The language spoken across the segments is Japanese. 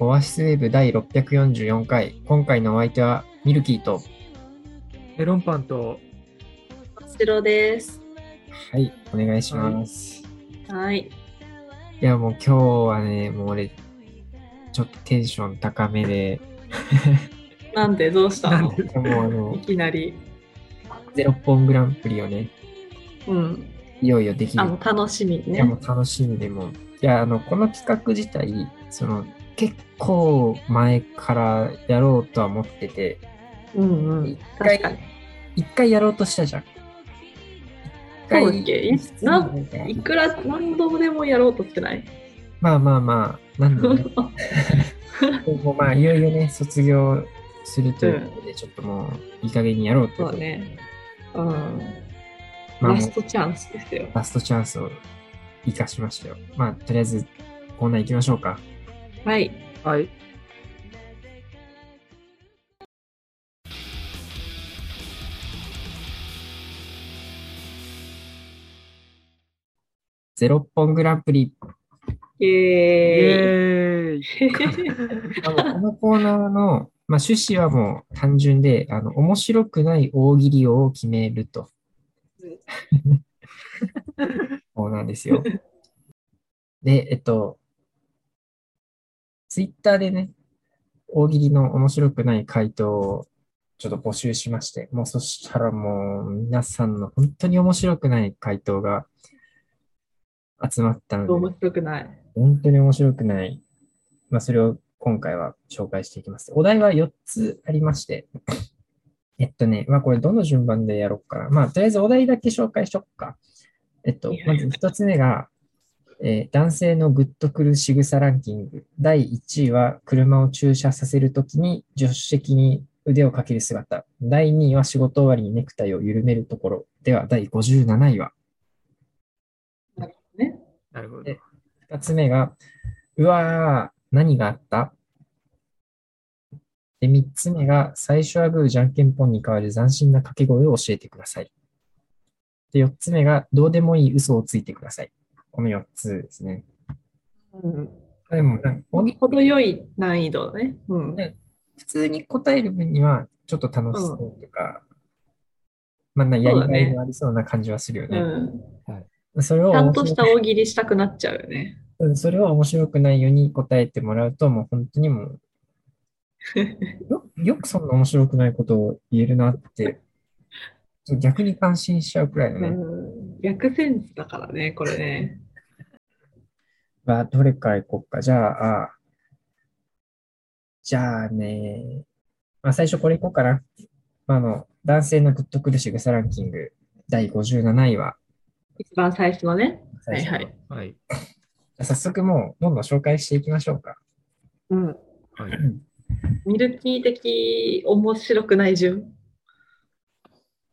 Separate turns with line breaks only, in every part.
オアシスウェブ第644回。今回のお相手はミルキーと。
メロンパンと、
八郎です。
はい、お願いします。
はい。
いや、もう今日はね、もう俺、ちょっとテンション高めで、
なんでどうした
なん
の
で
もう あ
い
の、
きなり。
ゼロ本グランプリをね、
うん。
いよいよできる
あ、。もう楽しみ
いや、も
ね。
う楽しみでもう。いや、あの、この企画自体、その、結構前からやろうとは思ってて、
うんうん
一。回
確かに。
一回やろうとしたじゃん。
そうだっけい
一回
いくら何度でもやろうとしてない。
まあまあまあ、なんだろうね今後まあ、いよいよね、卒業するということで、ちょっともう、いい加減にやろうということで。
そうねうん。
まあ、
ラ
も
ス
う
トチャンスですよ。
ラストチャンスを生かしましたよ。まあ、とりあえず、コーナー行きましょうか。
はい。
はい。
ゼロ本グランプリ。
イ
イ
エーイ。
エーイ。
あのこのコーナーの、まあ、趣旨はもう単純で、あの、面白くない大喜利を決めると。コーナーですよ。で、えっと、ツイッターでね、大喜利の面白くない回答をちょっと募集しまして、もうそしたらもう皆さんの本当に面白くない回答が集まったので、
面白くない。
本当に面白くない。まあ、それを今回は紹介していきます。お題は4つありまして。えっとね、まあ、これどの順番でやろうかな。まあ、とりあえずお題だけ紹介しとくか。えっと
いや、いや
まず1つ目が、えー男性のグッとくる仕草ランキング。第1位は、車を駐車させるときに助手席に腕をかける姿。第2位は、仕事終わりにネクタイを緩めるところ。では、第57位は、
ね。
なるほど
え。二つ目が、うわー、何があったで、三つ目が、最初はグー、じゃんけんぽんに代わる斬新な掛け声を教えてください。で、四つ目が、どうでもいい嘘をついてください。この四つですね。
うん。
でも、なんかおぎ
程よい難易度だね。うん。
ね普通に答える分には、ちょっと楽しそうというか、まあ、なやりがいがありそうな感じはするよ
う
ね。
ん。
それを
ちゃん
面
と
白
した大喜利したくなっちゃうよね。
うんそれを面白くないように答えてもらうと、もう本当にもうよよくそんな面白くないことを言えるなって、ちょっと逆に感心しちゃうくらいの
う
ね。
ん。逆センスだからね、これね。
まあ、どれからいこうか。じゃあ、あじゃあね、まあ、最初これいこうかな。まあ、あの、男性のグッとくる仕草ランキング、第57位は、
一番最初のね。はいは
じ
い。
はい。
ゃあ早速もう、どんどん紹介していきましょうか。
うん。
はい。
ミルキー的面白くない順。
い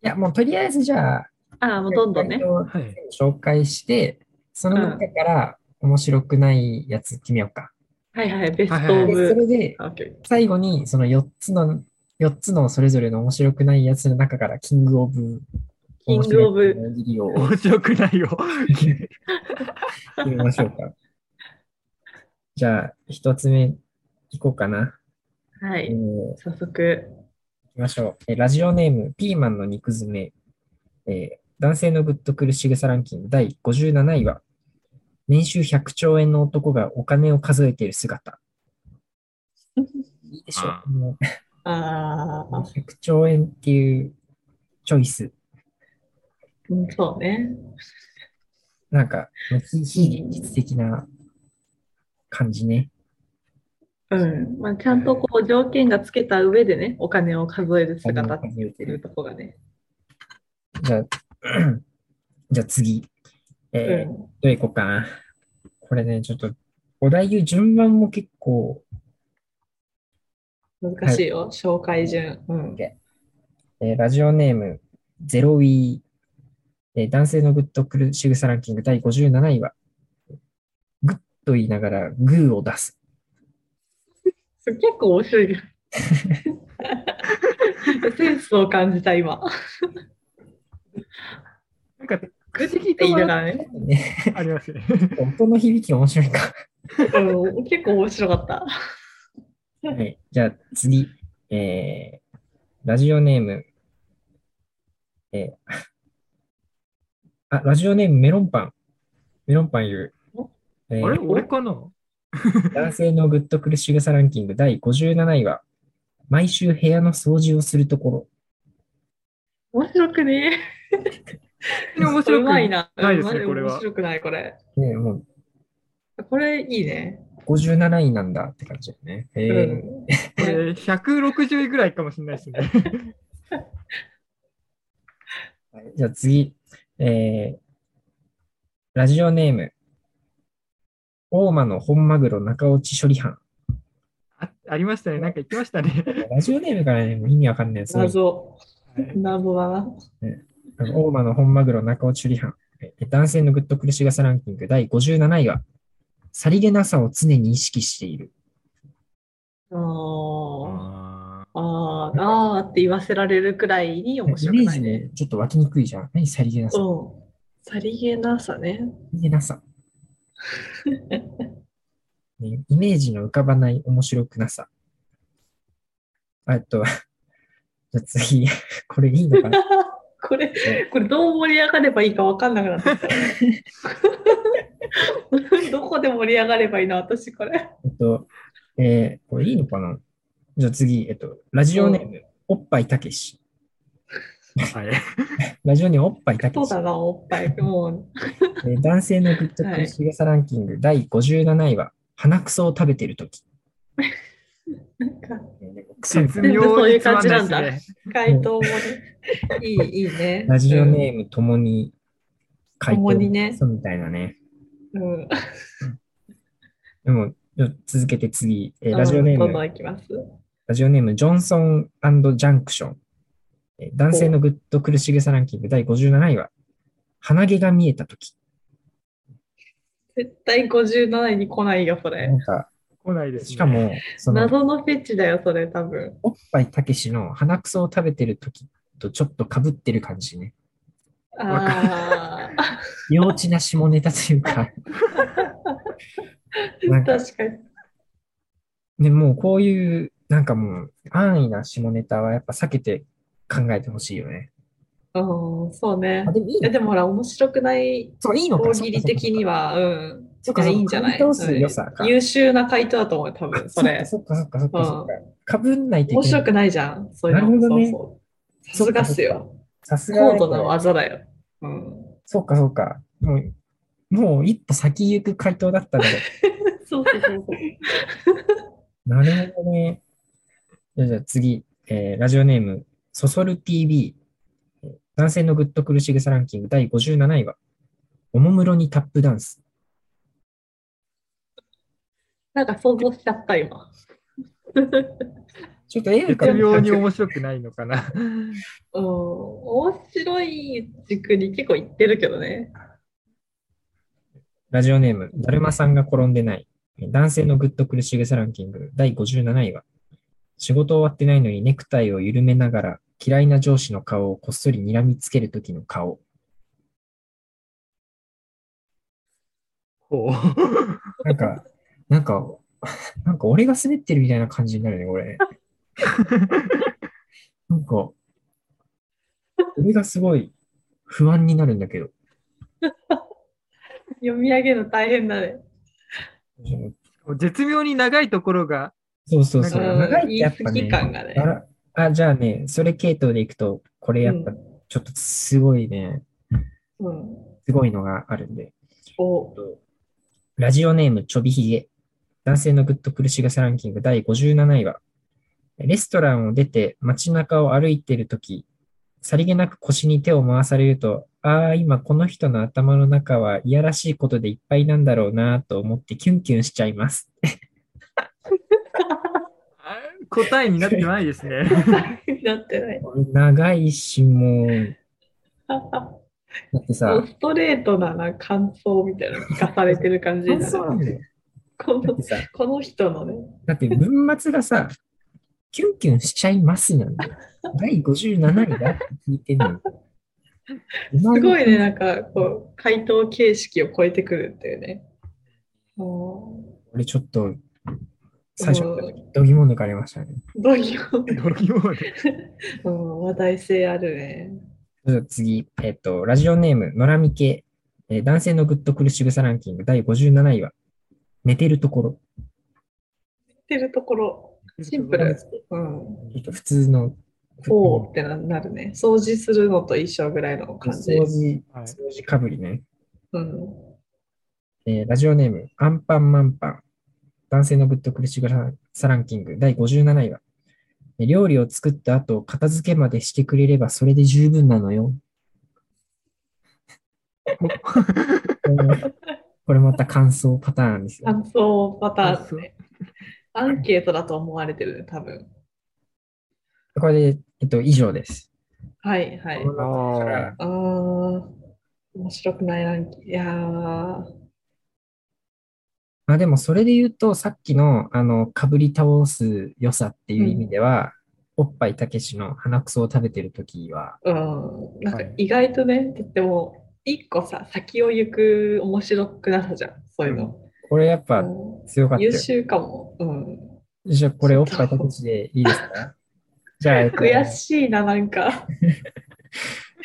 や、もうとりあえずじゃあ、
ああ、もうどんどんね。
はい。
紹介して、その中から面白くないやつ決めようか。
はいはい、ベストオ
うん
でそ
ブ。
れで、
あオッケー
最後にその4つの、4つのそれぞれの面白くないやつの中からキングオブ、
キングオブ
面白くない大喜利を
面白くないよ。
決めましょうか。 じゃあ、1つ目いこうかな。
は
えー
い、
行
早速。
きましょう。えーラジオネーム、ピーマンの肉詰め。えー男性のグッとくる仕草ランキング第57位は、年収100兆円の男がお金を数えてい る姿。いいでしょう。もう
ああ、
100兆円っていうチョイス。
うんそうね。
なんか、非非現実的な感じね。
うん。まあ、ちゃんとこう条件がつけた上でね、お金を数える姿っ
言うて
ていう。ところがね。
じゃあ、 じゃあ次。
う
えー、
ん。
どれいこうかな。これね、ちょっと、お題言う順番も結構、
難しいよ、紹介順。うん。
えーラジオネーム、ゼロウィー、えー男性のグッとくる仕草ランキング第57位は、グッと言いながらグーを出す。
それ結構面白いよ。 センスを感じた、今。
なんか、
具的って言いながらね。
ね、
ありますね。
音の響き面白いか。
うん、結構面白かった。
はい。じゃあ次、えー、ラジオネーム、えー、あ、ラジオネームメロンパン。メロンパン言う。えー
あれ俺かな
男性のグッとくる仕草ランキング第57位は、毎週部屋の掃除をするところ。
面白くね
面白
う
く
まいな。
ないです
マジ
ね、これ
面
は。
白くない、これ。
ね、もう
これいいね。
57位なんだって感じだよね。え
う
ー
ん
これ160位ぐらいかもしれないですね。
はいじゃあ次、えー、ラジオネーム、大間の本マグロ中落ち処理班。
あありましたね、なんか言ってましたね。
ラジオネームからね、もう意味わかんないです。
謎。
はい
謎だな。
あの大間の本マグロ中落ち処理班。えー男性のグッとくるしがさランキング第57位は、さりげなさを常に意識している。
あー あ
あ
ー、あーって言わせられるくらいに面
イ
白く
メー
ない
ジ
ね。
ね、ちょっと湧きにくいじゃん。何さりげなさ。
うん。さりげなさね。
さりげ なさ。ね、イメージの浮かばない面白くなさ。あと、 じゃあ次、これいい のかな
これ、これどう盛り上がればいいか分かんなくなってきた。どこで盛り上がればいいの私これ。
えっと、えーこれいいのかなじゃあ次、えっと、ラジオネーム、おっぱいたけし。
あ。はい。
ラジオネーム、おっぱいたけ
そう
し。
だな、おっぱい。も
えー男性のグッドクリシゲサランキング第57位は、鼻くそを食べてるとき。
う、なんか、
えー臭い
絶妙につまんな
そう
いです
いう感じなん
ね。
回答もね、いい、いいね。
ラジオネームともに回答
ともにね
そうみたいなね。
うん。うん
でも、じゃあ続けて次、えーラジオネー
どんど
ム、
んいきます。
ラジオネーム、ジョンソンジャンクション。えー男性のグッド苦しげさランキング第57位は、鼻毛が見えたとき。
絶対57位に来ないよ、そ
な
れ。
んか、
来ないですね。
しかも、その、
謎のフェチだよ、それ、多分。
おっぱいたけしの鼻くそを食べてるときとちょっと被ってる感じね。
あ
幼稚な下ネタという か。な
あ、
んか、
確かに。
ね、もうこういう、なんかもう、安易な下ネタはやっぱ避けて考えてほしいよね。
うん、そうね
あ、。でもいい
いや
の
でもほら、面白くない
そう、いいのか。
大喜利的には、うん。
そっかそっか
いやいいんじゃない
回答数良さか
うん優秀な回答だと思う、多
そっか
分それ。
そっかそっかそっかそっか。かぶんないとい
面
けな
白
い。
くないじゃん、そういうの。
なるほどね
そうそうさすがっすよ。
さすが
高
に
度な技だよ。うん。
そっかそっか。もう、もう一歩先行く回答だったので。
そうそうそうそう。
なるほどね。じゃあじゃあ次、えーラジオネーム、そそる TV。えー男性のグッとくるしぐさランキング第57位は、おもむろにタップダンス。
なんか想像しちゃった、今。
ちょっと絵
絶妙に面白くないのかな。
うん、面白い軸に結構いってるけどね。
ラジオネーム、だるまさんが転んでない。男性のグッとくるしぐさランキング第57位は、仕事終わってないのにネクタイを緩めながら嫌いな上司の顔をこっそり睨みつけるときの顔。
ほう。
なんか、なんか、 なんか俺が滑ってるみたいな感じになるね、これ。なんか、俺がすごい不安になるんだけど。
読み上げるの大変だね。
絶妙に長いところが、
そうそうそう。
なんか
長いってやっぱ
言
ね
い過ぎ感がね
あらあ、じゃあね、それ系統でいくと、これやっぱ
うん
ちょっとすごいね、
うん。
すごいのがあるんで。
お
ラジオネームちょびひげ。男性のグッと苦しがさランキング第57位は、レストランを出て街中を歩いているとき、さりげなく腰に手を回されると、ああ、今この人の頭の中はいやらしいことでいっぱいなんだろうなと思ってキュンキュンしちゃいます。
あ答えになってないですね。
なってない。
長いし、もう、だって
も
さ
う、ストレートなな感想みたいなの聞かされてる感じになる。
そうなんだよ。
こ
だっ
の
てさ、
この人のね。
だって文末がさ、キュンキュンしちゃいますなんだよ。第57位だって聞いてんのよ。す
すごいね、なんかこう、回答形式を超えてくるっていうね。も
俺ちょっと、最初の時、どぎも抜かれましたね。
どういうこ
ドギモール。
とうん話題性あるね。
それでは次、えっ、と、ラジオネーム、野良美系、えー男性のグッとくる仕草ランキング第57位は、寝てるところ。
言ってるところ、シンプル。うん。
ちょっと普通の、
おーってななるね。掃除するのと一緒ぐらいの感じ。
掃除、
はい
掃除かぶりね。
うん。
えーラジオネーム、アンパンマンパン。男性のグッとくるしぐさランキング第57位は、えー料理を作った後、片付けまでしてくれればそれで十分な のよ。これもこれまた感想パターンですよ。
感想パターンね。アンケートだと思われてるね、多分。
これで、えっと、以上です。
はいはい。
この中から
あー、面白くないランキング。いやー、
まあでもそれで言うと、さっきの、あの、かぶり倒す良さっていう意味では、おっぱいたけしの鼻くそを食べてるときは、
うん、なんか
はい
意外とね、とっても、一個さ、先を行く面白くなさじゃん、そういうの。
これやっぱ
うん
強かったよ
優。秀かも。うん、
じゃあこれおっぱいたけしでいい ですかじゃあ、えっと
悔しいな、なんか。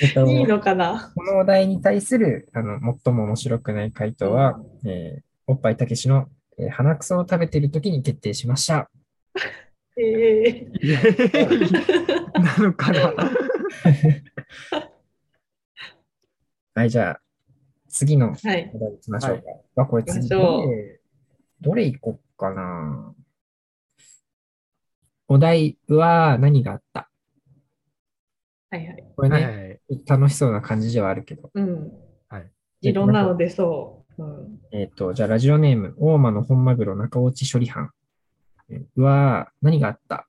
えっと
いいのかな。
このお題に対する、あの、最も面白くない回答は、えーおっぱいたけしの、えー鼻くそを食べてるときに決定しました。
え
イエー イなのかな
はい、じゃあ、次の
ー、はい。
お題いきましょう
はい
か。まあこれ
行
次
きましょ
ど
う
れ、どれいこっかな。お題は何があった
はいはい。
これ
は
ね、
い。
楽しそうな感じではあるけど。
うん。
はい。
いろんなの出そう。うん。
えっ、と、じゃあラジオネーム、大間の本マグロ中落ち処理班。えーうわー、何があった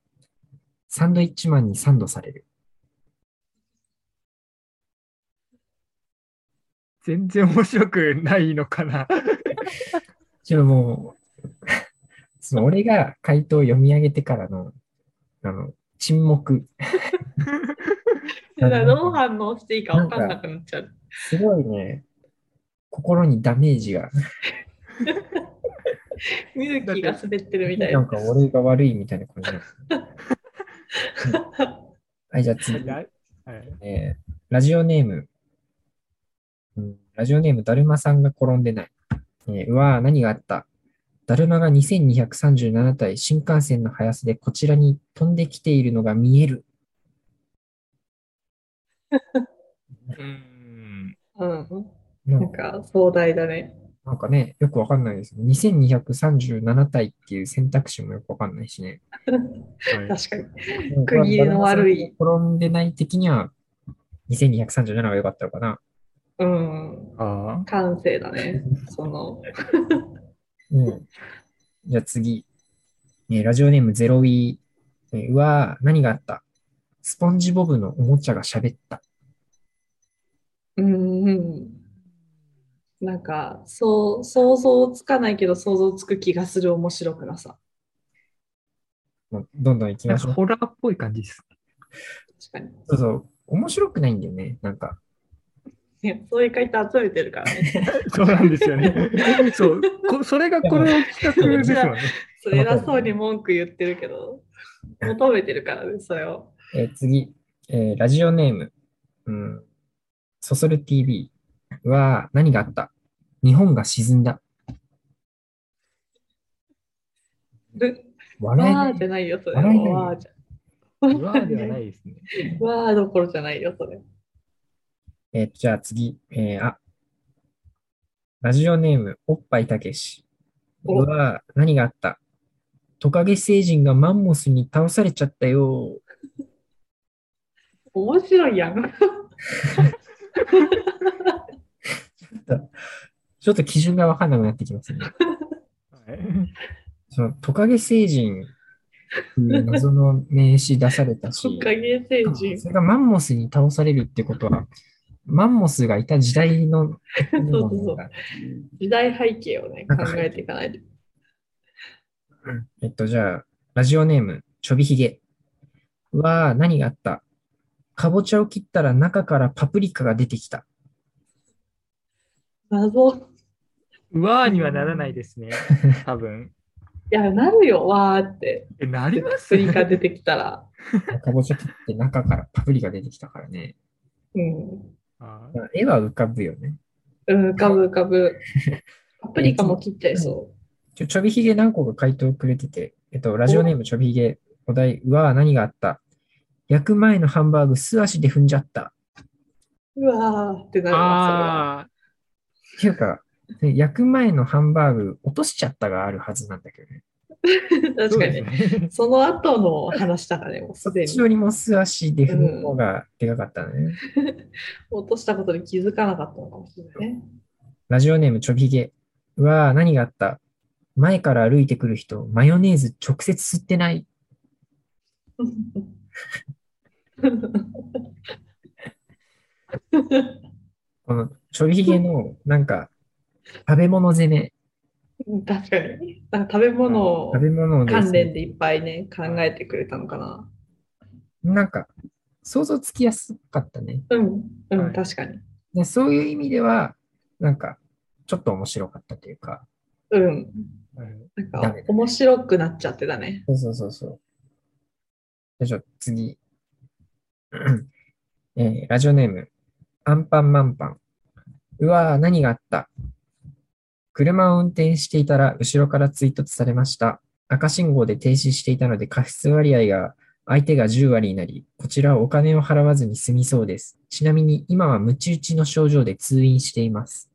サンドイッチマンにサンドされる。
全然面白くないのかな
ちょ、もう、 その俺が回答を読み上げてからの、あの、沈黙。
だからどう反応していいか分かんなくなっちゃう。
すごいね、心にダメージが。
ミルキーが滑ってるみたい
な
な。
んか俺が悪いみたいな感じ。 はい、じゃあ次。
はいはい
えーラジオネーム、うん、ラジオネーム、だるまさんが転んでない。えーうわー、何があっただるまが2237体新幹線の速さでこちらに飛んできているのが見える。
うん。
うん。
な
なん
んか
か壮大だね。
なんかね、よくわかんないです。2237体っていう選択肢もよくわかんないしね。
はい
確かに。 区切りの悪い
だるまさんが転んでない的には、2237が良かったのかな。
うん。
あ
感性だ ね。その、
うん。じゃあ次。えーラジオネームゼロウィー。えーうわー、何があったスポンジボブのおもちゃが喋った。
うんうん。なんか、そう、想像つかないけど想像つく気がする面白くなさ。
もうどんどん行き
あ。
ま
なん
し
か
ょう。
ホラーっぽい感じです。
確かに。
そうそう。面白くないんだよね。なんか。
ね、そういう回答集めてるから ね。
そうなんですよね。 そう。こそれがこの企画ですもんね。
それ偉そうに文句言ってるけど、求めてるからね、それを。
えー次。えーラジオネーム。うん。そそる TV。うわー、何があった日本が沈んだ。
る
笑えな
わ
い
ーじゃないよ、それ。
笑えない
わーじゃ。
わーではないですね。
わーどころじゃないよ、それ。
えーじゃあ次。えーあ。ラジオネーム、おっぱいたけし。
お
うわー、何があったトカゲ星人がマンモスに倒されちゃったよ。
面白いやん。
ちょっと基準がわかんなくなってきますね。
はい
そのトカゲ星人っていう謎の名詞出された
お
し、
かげ星人。
それがマンモスに倒されるってことは、マンモスがいた時 代の
うそう時代背景をね、
なん
考
か
えていかないと。
えっと、じゃあ、ラジオネーム、ちょびひげ。うわあ、何があったかぼちゃを切ったら中からパプリカが出てきた。
謎。
うわーにはならないですね。多分。
や、なるよ、わーって。
え、なりま
ス
す
イカ
ね。
出てきた ら。
かぼちゃ切って中からパプリカ出てきたからね。
うん。
あ
まあ絵は浮かぶよね。
うん、浮かぶ浮か ぶ。パプリカも切っちゃいそ
ちょちょびひげ何個か回答くれてて、えっと、ラジオネームちょびひげ、お題、うわー何があった焼く前のハンバーグ素足で踏んじゃった。
う。うわーってなるわ、
あ
っていうか、ね焼く前のハンバーグ落としちゃったがあるはずなんだけどね。
それは。
ー。そ
確
う
か
で
に
す
ね。
ね。
その後の話だからね、もう
そ
す
っ
で
ちよ
に。
りも素足で踏む方がでかかったね。
落としたことに気づかなかったのかもしれないね。
ラジオネームちょびひげ。うわー何があった前から歩いてくる人、マヨネーズ直接吸ってない。このちょびひげの、なんか、食べ物攻め。
うん 確かに。なんか食べ物を
食べ物で
関連でいっぱいね、考えてくれたのかな。
なんか、想像つきやすかったね。
うん、うん、
はい
確かに。
でそういう意味では、なんか、ちょっと面白かったというか、
うん。
はい
なん
ダ
か
メだね、
面白くなっちゃってたね。
そうそうそうそう。じゃあちょっと次。 えーラジオネーム、アンパンマンパン。うわー、何があった車を運転していたら、後ろから追突されました。赤信号で停止していたので、過失割合が、相手が10割になり、こちらはお金を払わずに済みそうです。ちなみに、今はムチ打ちの症状で通院しています。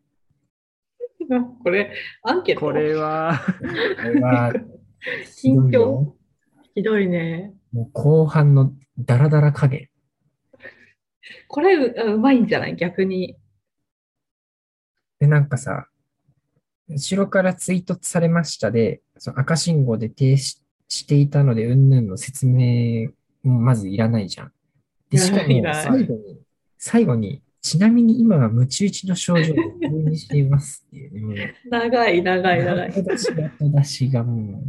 これ、アンケート
これは、
これは、
近
ひどいよ
況ひどいね。
もう後半のダラダラ加減。
これう、うまいんじゃない逆に。
で、なんかさ、後ろから追突されましたで、その赤信号で停止していたので、うんぬんの説明もまずいらないじゃん。で、しかも
いらない
最後に、最後に、ちなみに今はムチ打ちの症状を入院していますっていうね、もう、
長い、長い、長い。
後出しが後出しがも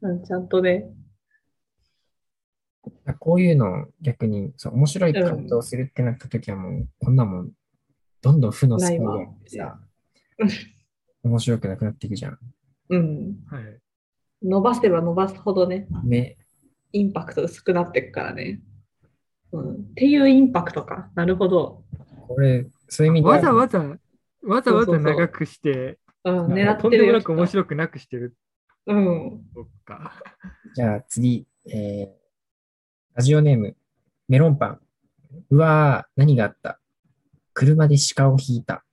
うんちゃんとね。
う、こういうのを逆にそう面白い感動するってなった時はもう、こんなもん、どんどん負のスパイラルで
ない
さ
わうん、
面白くなくなっていくじゃん。
うん。
はい。
伸ばせば伸ばすほどね、
ね。
インパクト薄くなってくからね。うん、っていうインパクトか。なるほど。
これ、そういう意味では
わざわざ、わざわ
そうそうそ
ざ
う
長くして、
うん、
なん
狙
か
って
とんで
る
も
よ。
なく面
い。
白くなくしてる
うん。
とか。
じゃあ次、えーラジオネーム、メロンパン。うわー、何があった車で鹿を引いた。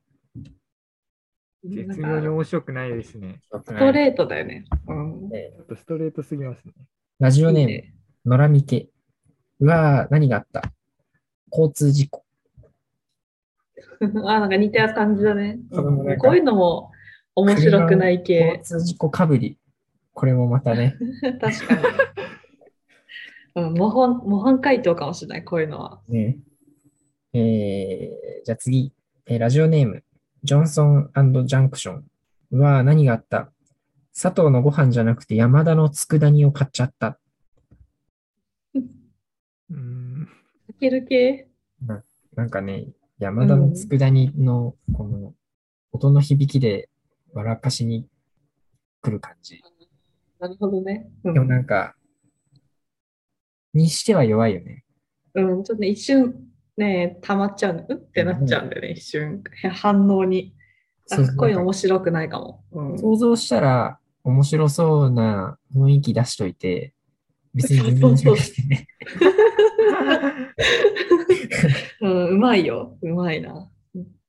絶妙に面白くないですね。
ストレートだよね。うん。
え
ちょ
ー
っとストレートすぎますね。
ラジオネ
いい
ーム、
ね
野良みけ。うわー、何があった交通事故。
あ、なんか似た感じだね。
子供だから
こういうのも面白くない系
交。通事故かぶり。これもまたね、
確かに。うん、模範模範回答かもしれない、こういうのは。
ねえーじゃあ次、えーラジオネーム、ジョンソンジャンクション。うわー、何があった佐藤のご飯じゃなくて山田の佃煮を買っちゃった。
うーん。
かける系
なんかね、山田の佃煮の、この、音の響きで笑かしに来る感じ。
なるほどね。う、
でもなんんか、にしては弱いよね。
うん、ちょっとね、一瞬、ね、溜まっちゃうの。うってなっちゃうんだよね、一瞬。反応に。
そう
あこういうの
なん
面
か
白くないかも。うん
想像したら面白そうな雰囲気出しといて、別に全然面白くてね。
うん、うまいよ。うまいな。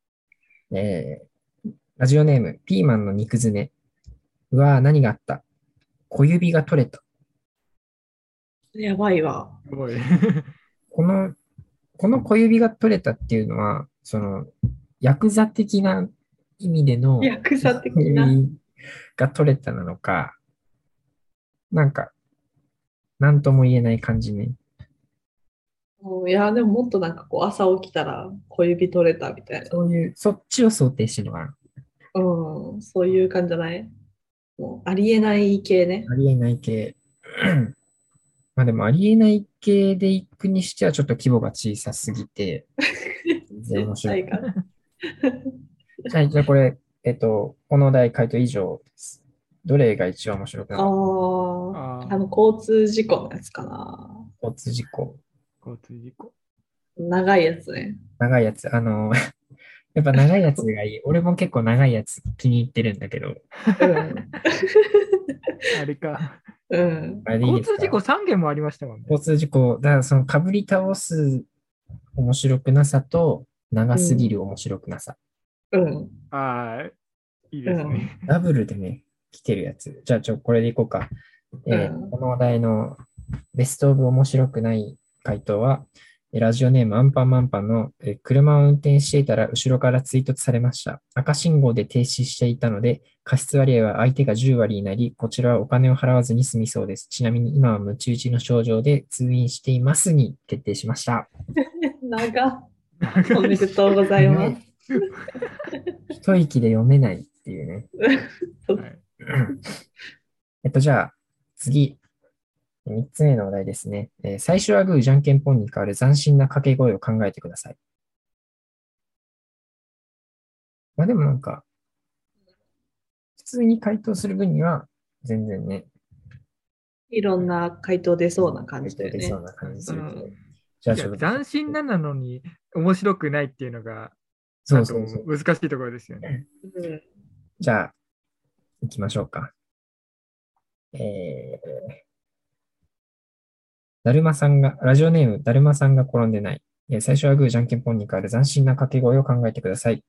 えーラジオネーム、ピーマンの肉詰め。うわー、何があった小指が取れた。
やばいわ。
すごい。
この、この小指が取れたっていうのは、その、ヤクザ的な意味での、
ヤクザ的な
小指が取れたなのか、なんか、なんとも言えない感じね。
うんいや、でももっとなんかこう、朝起きたら小指取れたみたいな。
そういう、そっちを想定してるのかな。
うん、そういう感じじゃないもうありえない系ね。
ありえない系。 まあでも、ありえない系で行くにしては、ちょっと規模が小さすぎて、全然面白い。
絶対が
はい、じゃあこれ、えっと、このお題回答以上です。どれが一番面白くな
あ
かっ
あ。
あ
あ
あ、
の、交通事故のやつかな。
た交通事故。
交通事故。
長いやつね。
長いやつ。あの、 やっぱ長いやつがいい。俺も結構長いやつ気に入ってるんだけど。
うん。
あれか。
うん。
あれでいいで
交
す
通
か
事故3件もありましたもんね。
交通事故。だからそのかぶり倒す面白くなさと、長すぎる面白くなさ。
うん。
ああ、いいですね。
ダブルでね、来てるやつ。じゃあ、ちょ、これでいこうか。えー
うん
この話題のベストオブ面白くない回答は、えーラジオネームアンパンマンパンの、えー車を運転していたら後ろから追突されました。赤信号で停止していたので、過失割合は相手が10割になり、こちらはお金を払わずに済みそうです。ちなみに今はムチ打ちの症状で通院していますに決定しました。
長。 お
長
め
い
でとうございます。
一息で読めないっていうね。
はい
えっと、じゃあ、次。3つ目のお題ですね。えー最初はグー、じゃんけんぽんに変わる斬新な掛け声を考えてください。まあでもなんか、普通に回答する分には、全然ね、
いろんな回答出そうな感じだよ
出
ね
そう。な感じするけど。
うん
じゃあ
い
ち
や
ょっと、
斬新ななのに面白くないっていうのが
そうそうそう。
なんとも難しいところですよね。
うん。
じゃあ、行きましょうか。えー、だるまさんが、ラジオネーム、だるまさんが転んでない。えー最初はグー、じゃんけんぽんに変わる斬新な掛け声を考えてください。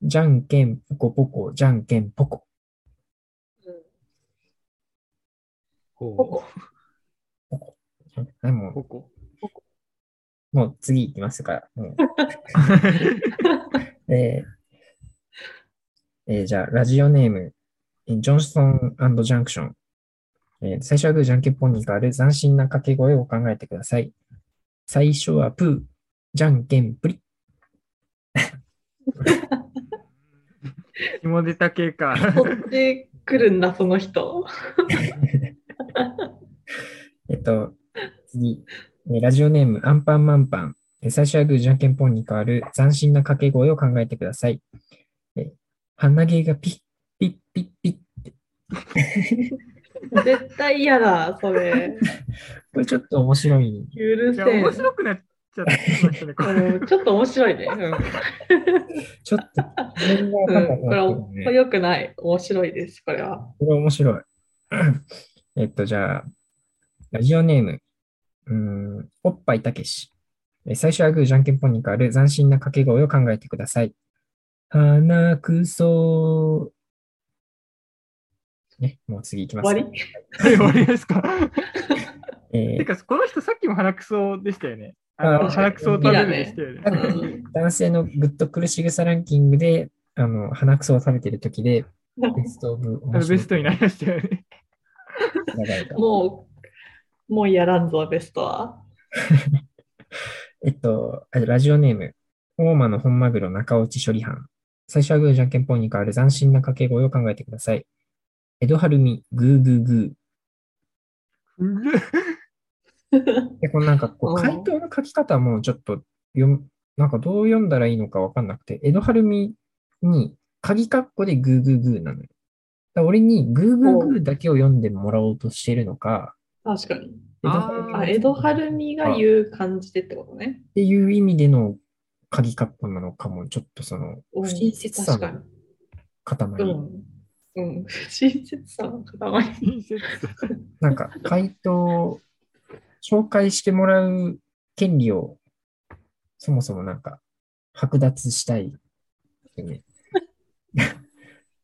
じゃんけんぽこぽこ、じゃんけんぽこ。
ここ。
はい、も
ここ。
う、もう次行きますから。もうえーえーじゃあ、ラジオネーム、えージョンソンジャンクション。えー最初はグー、じゃんけんぽんに変わる斬新な掛け声を考えてください。最初はプー、じゃんけんぷり。
紐出た系か。
こってくるんだ、その人。
えっと、次、えーラジオネーム、アンパンマンパン。えー最初はグー、じゃんけんぽんに変わる斬新な掛け声を考えてください。えー鼻毛がピッ、ピッ、ピッ、ピッ。
絶対嫌だ、それ。
これちょっと面白い。
許
い
せ
や
ん
面。白くなっちゃってましたね。これ
うんちょっと面白いね。うん
ちょっと、みんなわかん なくなってる
こ
ね
れ良くない。面白いです、これは。
これ面白い。 えっと、じゃあ、ラジオネーム、うーん、おっぱいたけし。え最初はグー、じゃんけんぽんに変わる斬新な掛け声を考えてください。鼻くそね、もう次いきます。
終わり
終わりですか。
え
て
ー
か、この人さっきも鼻くそでしたよね。
あ
あの鼻くそを食べるでしたよね。
うん
男性のグッと苦しぐさランキングで、あの、鼻くそを食べてる時で、ベストオブ
あのベストにな
る。
りましたよね。
もう、もうやらんぞ、ベストは。
えっと、あラジオネーム、大間の本マグロ中落ち処理班。最初はグーじゃんけんぽんに変わる斬新な掛け声を考えてください。江戸晴美、グーグーグー。
うる
で、このなんかこう、
うん
回答の書き方もちょっと読む、なんかどう読んだらいいのかわかんなくて、江戸晴美に鍵括弧でグーグーグーなのよ。だから俺にグーグーグーだけを読んでもらおうとしてるのか、
確かに。
江戸
あー
あ、江戸晴美が言う感じでってことね。
っていう意味での鍵括弧なのかも、ちょっとその、
うん
不親切さ
確か
の塊。
に。うん。うん。不親切さの塊。
親切
なんか回答、紹介してもらう権利をそもそもなんか剥奪したいよね。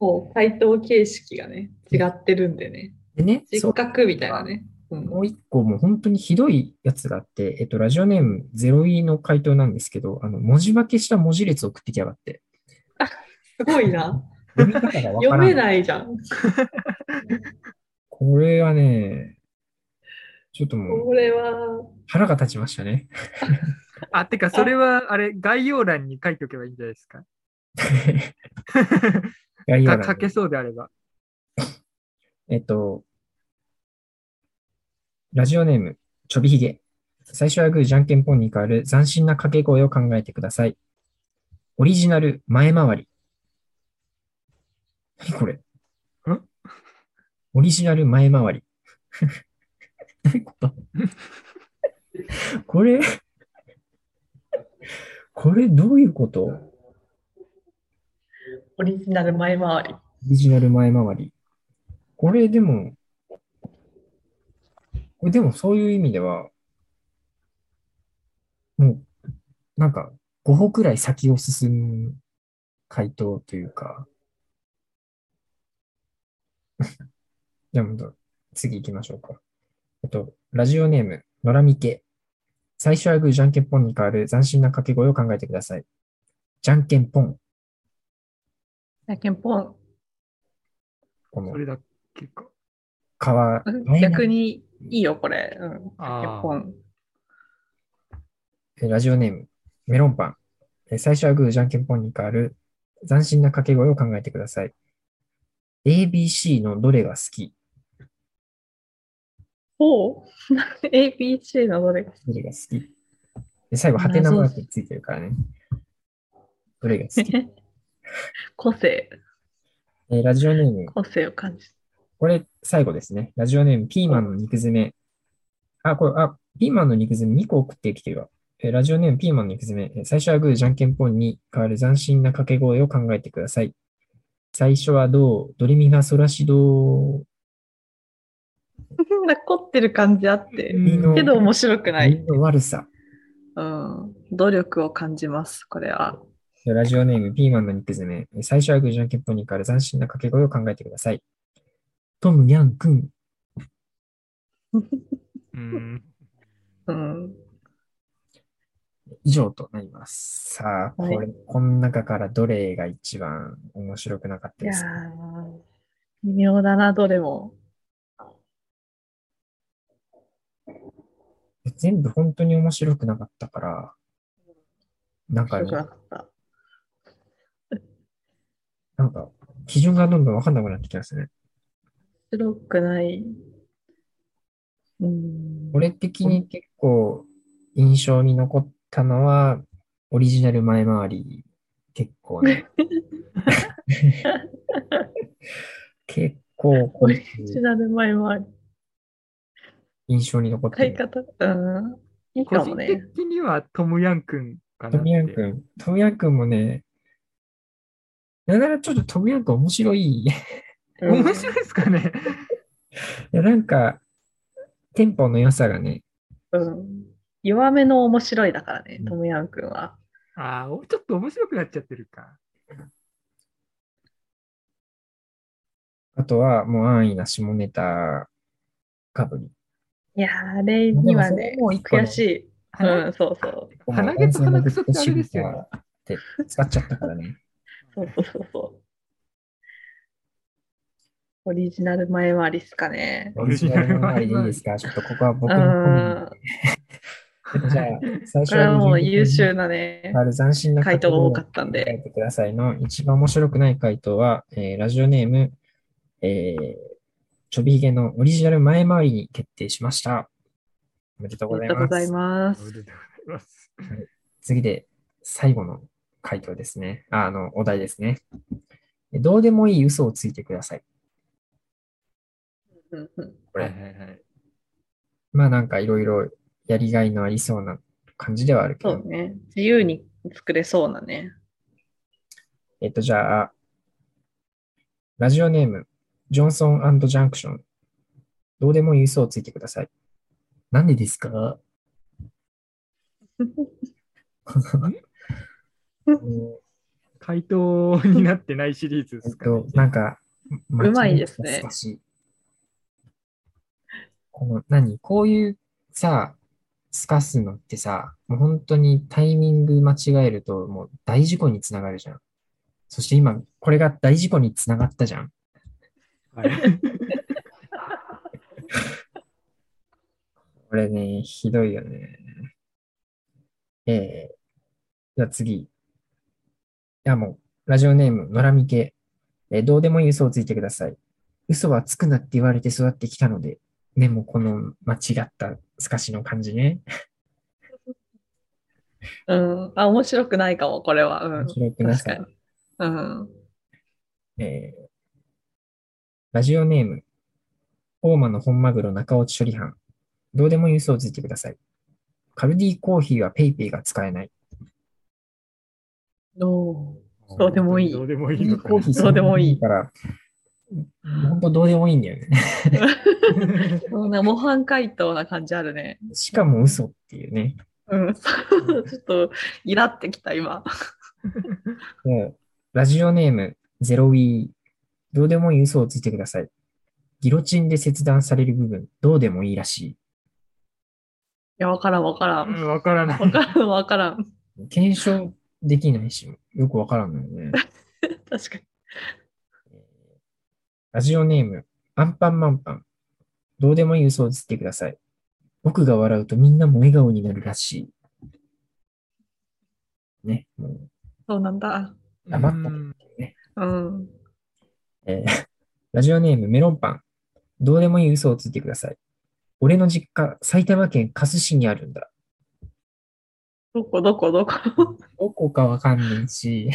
もう回答形式がね、違ってるんでね。
でね、そ
失
う
格みたいなね。うん
もう一個もう本当にひどいやつがあって、えっと、ラジオネームゼロイの回答なんですけど、あの、文字化けした文字列を送ってきやがって。
すごいな。
読み方がわか
読
らな
め
い。
ないじゃん。
これはね、ちょっともう
これは、
腹が立ちましたね。
あ、てか、それは、あれ、概要欄に書いておけばいいんじゃないです か。
概要欄に
か書けそうであれば。
えっと、ラジオネーム、ちょびひげ。最初はグー、じゃんけんぽんに変わる斬新な掛け声を考えてください。オリジナル前回り。何これオリジナル前回り。どういうことこれ、これどういうことオ
オリジナル前回り。
リジナル前回り。これでも、これでもそういう意味では、もう、なんか5歩くらい先を進む回答というか。 じゃあ、もう次行きましょうか。えっと、ラジオネーム、のらみけ。最初はグー、じゃんけんぽんに代わる斬新な掛け声を考えてください。じゃんけんぽん。
じゃんけんぽん。
この
それだけか。
川、
逆にいいよ、これ。うん。じゃんけ
あ
んぽ
あ。
ん。
えーラジオネーム、メロンパン。えー最初はグー、じゃんけんぽんに変わる斬新な掛け声を考えてください。ABC のどれが好き
おう ?ABC のどれか。
どれが好きで最後、ハテナマークついてるからね。どれが 好き
個性、
えーラジオネーム、
個性を感じ
これ最後ですね。ラジオネーム、ピーマンの肉詰め。あ、これ、あ、ピーマンの肉詰め2個送ってきてるわ。えーラジオネーム、ピーマンの肉詰め。えー最初はグー、じゃんけんぽんに変わる斬新な掛け声を考えてください。最初はどうドレミファソラシド
残ってる感じあって。
うん
けど面白くない。
の悪さ。
うん。努力を感じます、これは。
ラジオネーム、ピーマンの肉詰め。えー最初はグー、じゃんけんぽんに変わる斬新な掛け声を考えてください。トムヤンくん。
うん。
うん。
以上となります。さあ、これ、
は
この中からどれが一番面白くなかっ
い
たで
や
すか
ー微妙だな、どれも。
全部本当に面白くなかったから、なんか
面
ね、
白くなかった。
なんか、基準がどんどんわかんなくなってきますね。
面白くない。うん。
俺的に結構印象に残ったのは、オリジナル前回り、結構ね。結構こ
オ
う
リジナル前回り。
印象に残って
買い
る。
方、うん。いい
個
か
人
もね。
的にはトムヤンくんかな
ト
って。
ミヤンくん、トミヤンくんもね、なんならちょっとトミヤンくん面白い。い
うん
面白いですかね。
やなんか、テンポの良さがね、
うん。弱めの面白いだからね
うん、
トムヤン君は。
ああ、おちょっと面白くなっちゃってるか。
あとは、もう安易な下ネタかぶり。
いやー、レイには
でもそれ
ね
も一、個ね
悔しい。うん、そうそう。
鼻毛と鼻くそってあれですよね。
って使っちゃったからね。
そうそうそうそう。オリジナル前回りっすかね。
オリジナルの周りでいいです かちょっとここは
う
僕の好
ん。
み。じゃあ、最
こ
初
れはもう
20
優秀なね
あ、る斬新な
回答が多か
っ
ったん
書
で。
いてくださいの一番面白くない回答は、えーラジオネーム、えー、ちょびひげのオリジナル前回りに決定しました。おめでとう
あ
ご
りが
ざい
とう
ま
ござい
す。
ま
おめ
す。
でとうございます。
次で最後の回答ですね。ああの、お題ですね。どうでもいい嘘をついてください。
うんうん
これ
はいはいはい。
まあなんかいろいろやりがいのありそうな感じではあるけ
そう
ど。
ね。自由に作れそうな ね。
えっと、じゃあ、ラジオネーム、ジョンソンジャンクション。どうでもいい嘘をついてください。なんでですかうん
回答になってないシリーズで
え
す
っ
か、ね
と、なんか、
うまいですね
少しこの、何こういうさ、すかすのってさ、もう本当にタイミング間違えると、もう大事故につながるじゃん。そして今、これが大事故につながったじゃん。
はい
これね、ひどいよね。ええじゃあ次。いや、もう、ラジオネーム、のらみけ。えーどうでもいい嘘をついてください。嘘はつくなって言われて育ってきたので、ね、もうこの間違ったすかしの感じね。
うん。あ、面白くないかも、これは。うん
面。白くな
確
さ
かに。うん。
えーラジオネーム、大間の本マグロ中落ち処理班。どうでもいい嘘をついてください。カルディコーヒーはペイペイが使えない。
どどうでもいい
どうでもいいのか
コーヒー
どうでもいい
から、本当どうでもいいんだよね。
うそんな模範解答な感じあるね。
しかも嘘っていうね。
うん、そうちょっとイラってきた今。
もう、ラジオネーム、ゼロウィー。どうでもいい嘘をついてください。ギロチンで切断される部分、どうでもいいらし
いや、わからんわから。
うんんわからない。
わからんわからん。
い。検証できないし、よくわからんのよね。
確かに。
ラジオネーム、アンパンマンパン。どうでもいい嘘をついてください。僕が笑うとみんなも笑顔になるらしい。ね。もう
そうなんだ。
黙った
うん
うん。
えー ラジオネームメロンパン。どうでもいい嘘をついてください。俺の実家、埼玉県加須市にあるんだ。
どこどこ どこ
どこかわかんないし、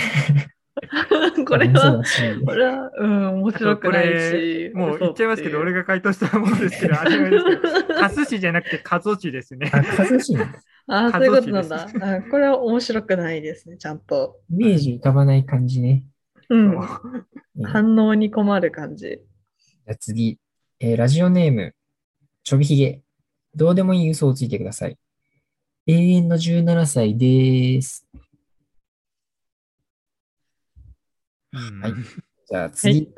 これ
嘘
は
だ、し
これは、うん、面白くないし。
もう言っちゃいますけど、俺
が。
が回答したものですけど、あれですけ ど、カス市じゃなくてカゾ市ですね。
あ、加須市なんだ。
ああ、そういうことなんだ
数。
あこれは面白くないですね、ちゃんと。
イメージ浮かばない感じね。
うん。
うん
反応に困る感じ。
じゃあ次、えーラジオネーム、ちょびひげ。どうでもいい嘘をついてください。永遠の17歳でーす。
うん
はいじゃあ次、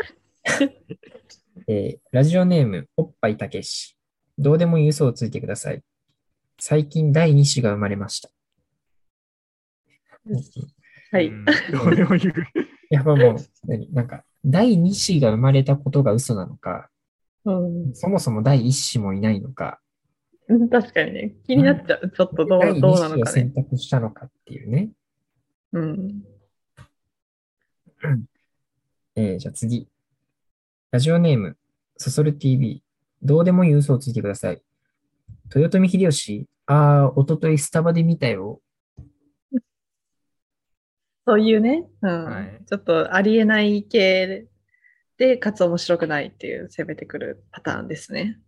えーラジオネーム、おっぱいたけし。どうでもいい嘘をついてください。最近第2子が生まれました。
はい。
うんどうでもいい。
やっぱもう、何なんか、第2子が生まれたことが嘘なのか、
うん
そもそも第1子もいないのか、
うん、確かにね。気になっちゃう。ちょっとど
第
う
2
どうな
子
の
を
かね
選。択したのかっていうね。
うん。
えーじゃあ次。ラジオネーム、そそる TV。どうでもいい嘘をついてください。豊臣秀吉、ああ、おとといスタバで見たよ。
そういうね、うん
はい
ちょっとありえない系で、かつ面白くないっていう攻めてくるパターンですね。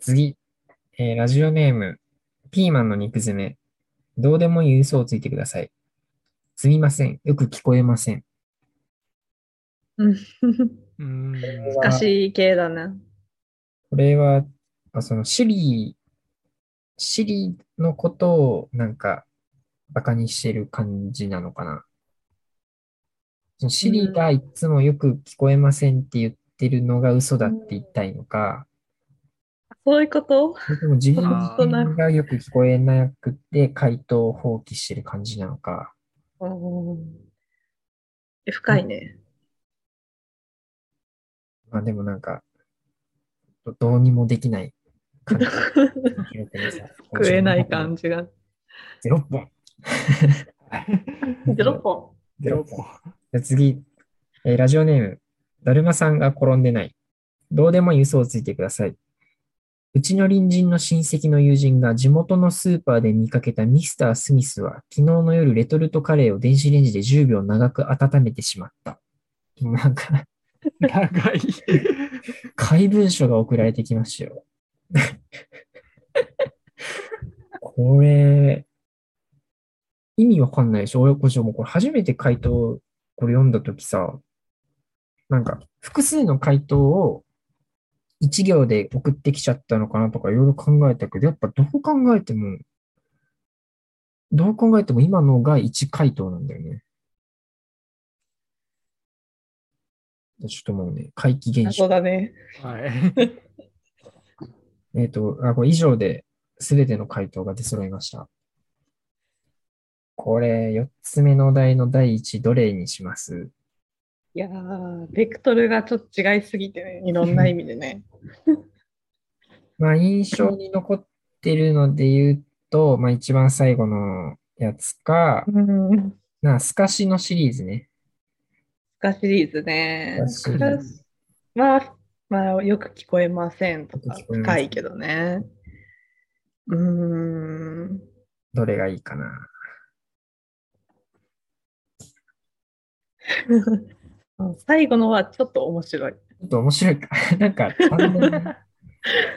次、えーラジオネーム、ピーマンの肉詰め。どうでもいい嘘をついてください。すみません。よく聞こえません。
うん
うん
難しい系だな。
これは、あその、シリシリのことを、なんか、バカにしてる感じなのかな。そのシリがいつもよく聞こえませんって言ってるのが嘘だって言いたいのか、
そういうこと
それとも自分
あ
ー
がよく聞こえなくて、回答を放棄してる感じなのか。
うんえ深いね。
まあでもなんか、どどうにもできない感じ。
食えない
じ。
感じが。
0本。
ゼロ本。
ゼロ本
じゃあ次、えーラジオネーム、だるまさんが転んでない。どうでもいい嘘をついてください。うちの隣人の親戚の友人が地元のスーパーで見かけたミスター・スミスは、昨日の夜レトルトカレーを電子レンジで10秒長く温めてしまった。なんか、
長い。
怪文書が送られてきましたよ。 これ、意味わかんないでしょ親子上もこれ初めて回答、これ読んだときさ、なんか複数の回答を一行で送ってきちゃったのかなとかいろいろ考えたけど、やっぱどう考えても、どう考えても今のが一回答なんだよね。ちょっともうね、怪奇現象
謎。だね。
はい。
えっ、と、あ、これ以上で全ての回答が出揃いました。これ、4つ目のお題の第1、どれにします
いやー、ベクトルがちょっと違いすぎてね、いろんな意味でね。
まあ、印象に残ってるので言うと、まあ、一番最後のやつか、
うん。
なスカシのシリーズね。
スカシリーズね。
スカシリ
ーズ
まあ、まあ、よく聞こえませんとか
よく聞こえません
深いけどね。うーん。
どれがいいかな。
最後のはちょっと面白い。
ょっと面白いか。 なんか、完全に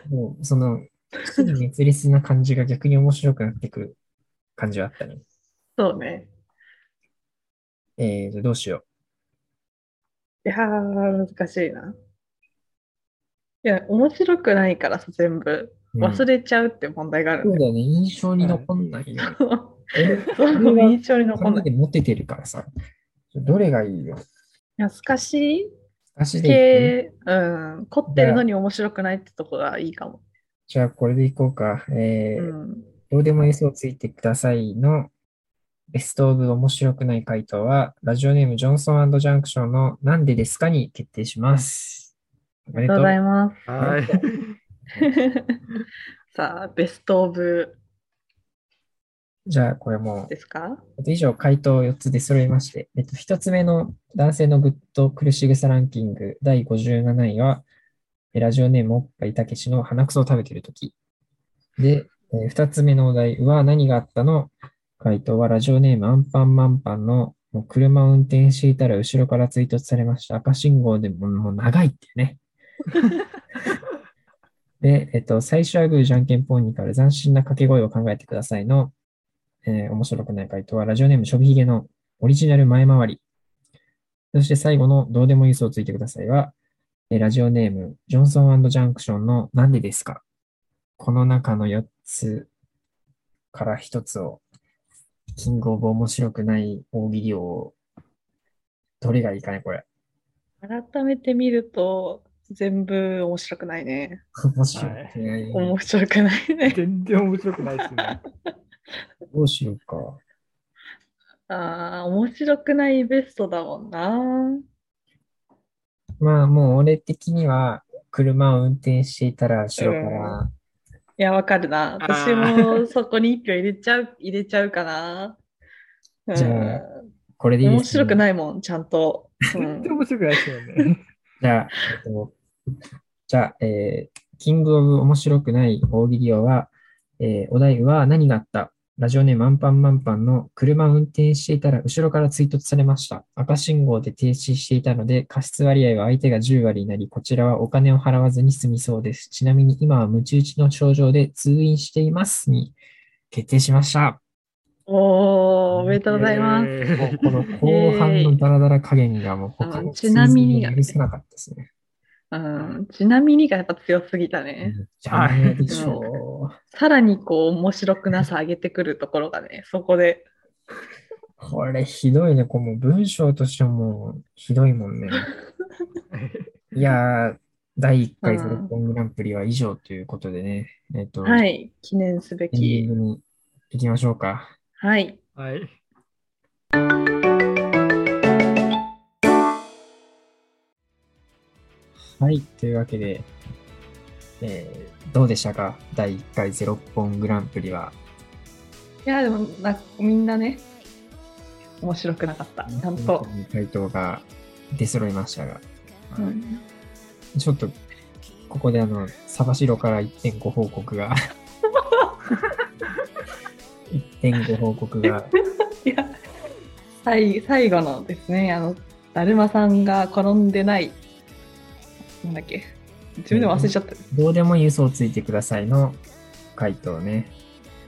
もう、その、すぐ熱烈な感じが逆に面白くなってくる感じはあったね。
そうね。
えー、じゃあどうしよ
いやー、難しいな。いや、面白くないからさ、全部。
う。うん
忘れちゃうって問題がある
そ
ん
う
だよ。
だよね、印象に残んないよ。俺
そう
は
印象に
こ
残
れ
ん
ま
ない。
でモテてるからさ。どれがいいよ。
懐かしい
足でい
系、
く
うん、凝ってるのに面白くないってとこがいいかも。
じゃあこれでいこうか。えー
うん、
どうでもいいそうついてくださいのベストオブ面白くない回答は、ラジオネームジョンソンジャンクションのなんでですかに決定します。お
あ
め
り
で
がとう
とう
ご。ざいます。
はい。
さあ、ベストオブ
じゃあこれもう、
ですか
えっと以上回答4つで揃いまして、えっと、1つ目の男性のグッと苦しぐさランキング第57位は、えラジオネームおっぱいたけしの鼻くそを食べてるとき。で、え2つ目のお題は何があったの回答はラジオネームアンパンマンパンのもう車を運転していたら後ろから追突されました。赤信号でももう長いっていうね。で、えっと、最初はグーじゃんけんポンにから斬新な掛け声を考えてくださいの、えー面白くない回答はラジオネームちょびひげのオリジナル前回り。そして最後のどうでもいい嘘をついてくださいは、えーラジオネームジョンソンジャンクションのなんでですかこの中の4つから1つを、キングオブ面白くない大喜利を、どれがいいかね、これ。
改めて見ると、全部面白くないね。
面白くない。
面白くない ね。
全然面白くないですね。
どうしようか。
ああ、面白くないベストだもんな。
まあ、もう俺的には、車を運転していたら後ろから、
いや、わかるな。
あ
私
ー
もそこに一票入れちゃう、入れちゃうかな。うん
じゃあこれでいい
面
ですね
白くないもん、ちゃんと。う
全
ん
然面白くないですよね。
じゃあ、えっとじゃあ、えーキングオブ面白くない大喜利王は、えーお題は何があったラジオネームアンパンマンパンの車を運転していたら後ろから追突されました。赤信号で停止していたので、過失割合は相手が10割になり、こちらはお金を払わずに済みそうです。ちなみに今はムチ打ちの症状で通院していますに決定しました。
おー、おめでとうございます。
もう
す。
この後半のダラダラ加減がもう他の
ちなみに
水準許せなかったですね。
うん、ちなみにがやっぱ強すぎたね。
じゃあねでしょう。
さらにこう、面白くなさ上げてくるところがね、そこで。
これひどいね。こうもう文章としてもうひどいも んね。いやー、第1回
うん
ゼロコングランプリは以上ということでね。えっと、
は
エ
い、記念すべ
ンディン
き。
グに行きましょうか。
はい。
はい。
はい。というわけで、えーどうでしたか第1回ゼロコングランプリは。
いや、でもな、みんなね、面白くなかった。ちゃんと。
回答が出揃いましたが、
うん
ちょっと、ここであの、サバシロから1点ご報告が。1点ご報告が。
いや最最後のですねあのだるまさんが転んでないなんだっけ自分でも忘れちゃった、
どうでもいい嘘をついてくださいの回答ね。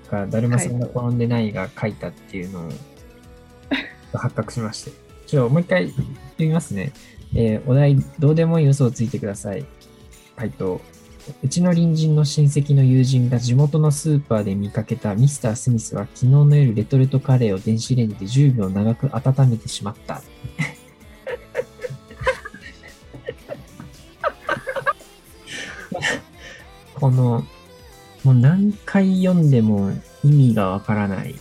が、だるまさんが転んでないが書いたっていうのを発覚しまして。ちょ、もう一回読みますね。えーお題、どうでもいい嘘をついてください。回答。うちの隣人の親戚の友人が地元のスーパーで見かけたミスター・スミスは昨日の夜レトルトカレーを電子レンジで10秒長く温めてしまった。この、もう何回読んでも意味がわからない。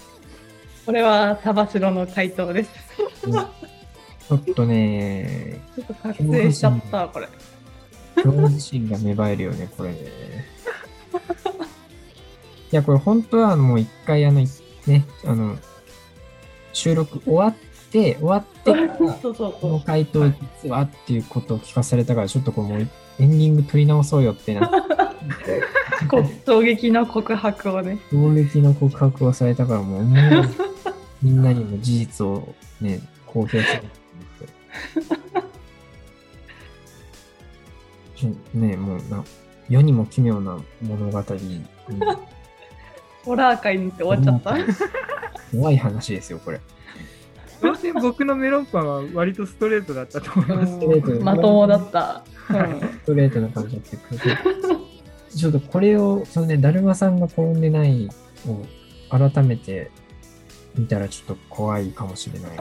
これはサバシロの回答です
ちょっとね、
ちょっと覚醒しちゃったこれ
恐怖心が芽生えるよね、これね。いや、これ本当はもう一回、あの、ね、あの、収録終わって、終わってから、
そうそう
こ
そ
の
う
回答実はっていうことを聞かされたから、ちょっとこうもうエンディング取り直そうよってなって、
こ衝撃の告白をね
衝撃の告白をされたから、もう思わずみんなにも事実をね、公表しようと思って。ねもうな、世にも奇妙な物語に、
ホラー界に行って終わっちゃった。
怖い話ですよ、これ。
どうせ僕のメロンパンは割とストレートだったと思います。
ストレートで
まともだった。
ストレートな感じだってちょっとこれを、そのね、だるまさんが転んでないを改めて見たらちょっと怖いかもしれない。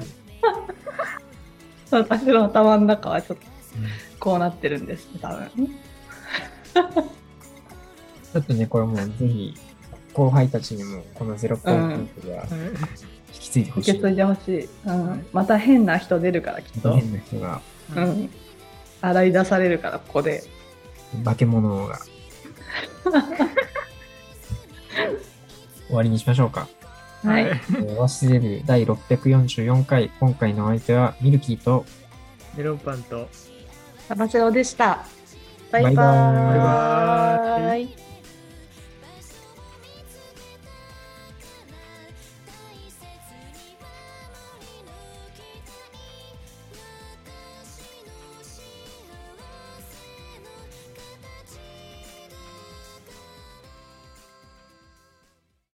うん、私の頭の中はちょっとこうなってるんです多分。
ちょっとね、これもうぜひ、後輩たちにもこのゼロコンピューは
はい
引き継いでほ
受
しい。
け継いでほしい、うん。また変な人出るからきっと。
変な人が、
う
はい
ん。洗い出されるからここで。
化け 物が。終わりにしましょうか。
はい。
はい
えーオアシスデビュー第644回、今回のお相手はミルキーと
メロンパンと
サバチロでした。バイバ
バイバ
ーイ
バイバーイ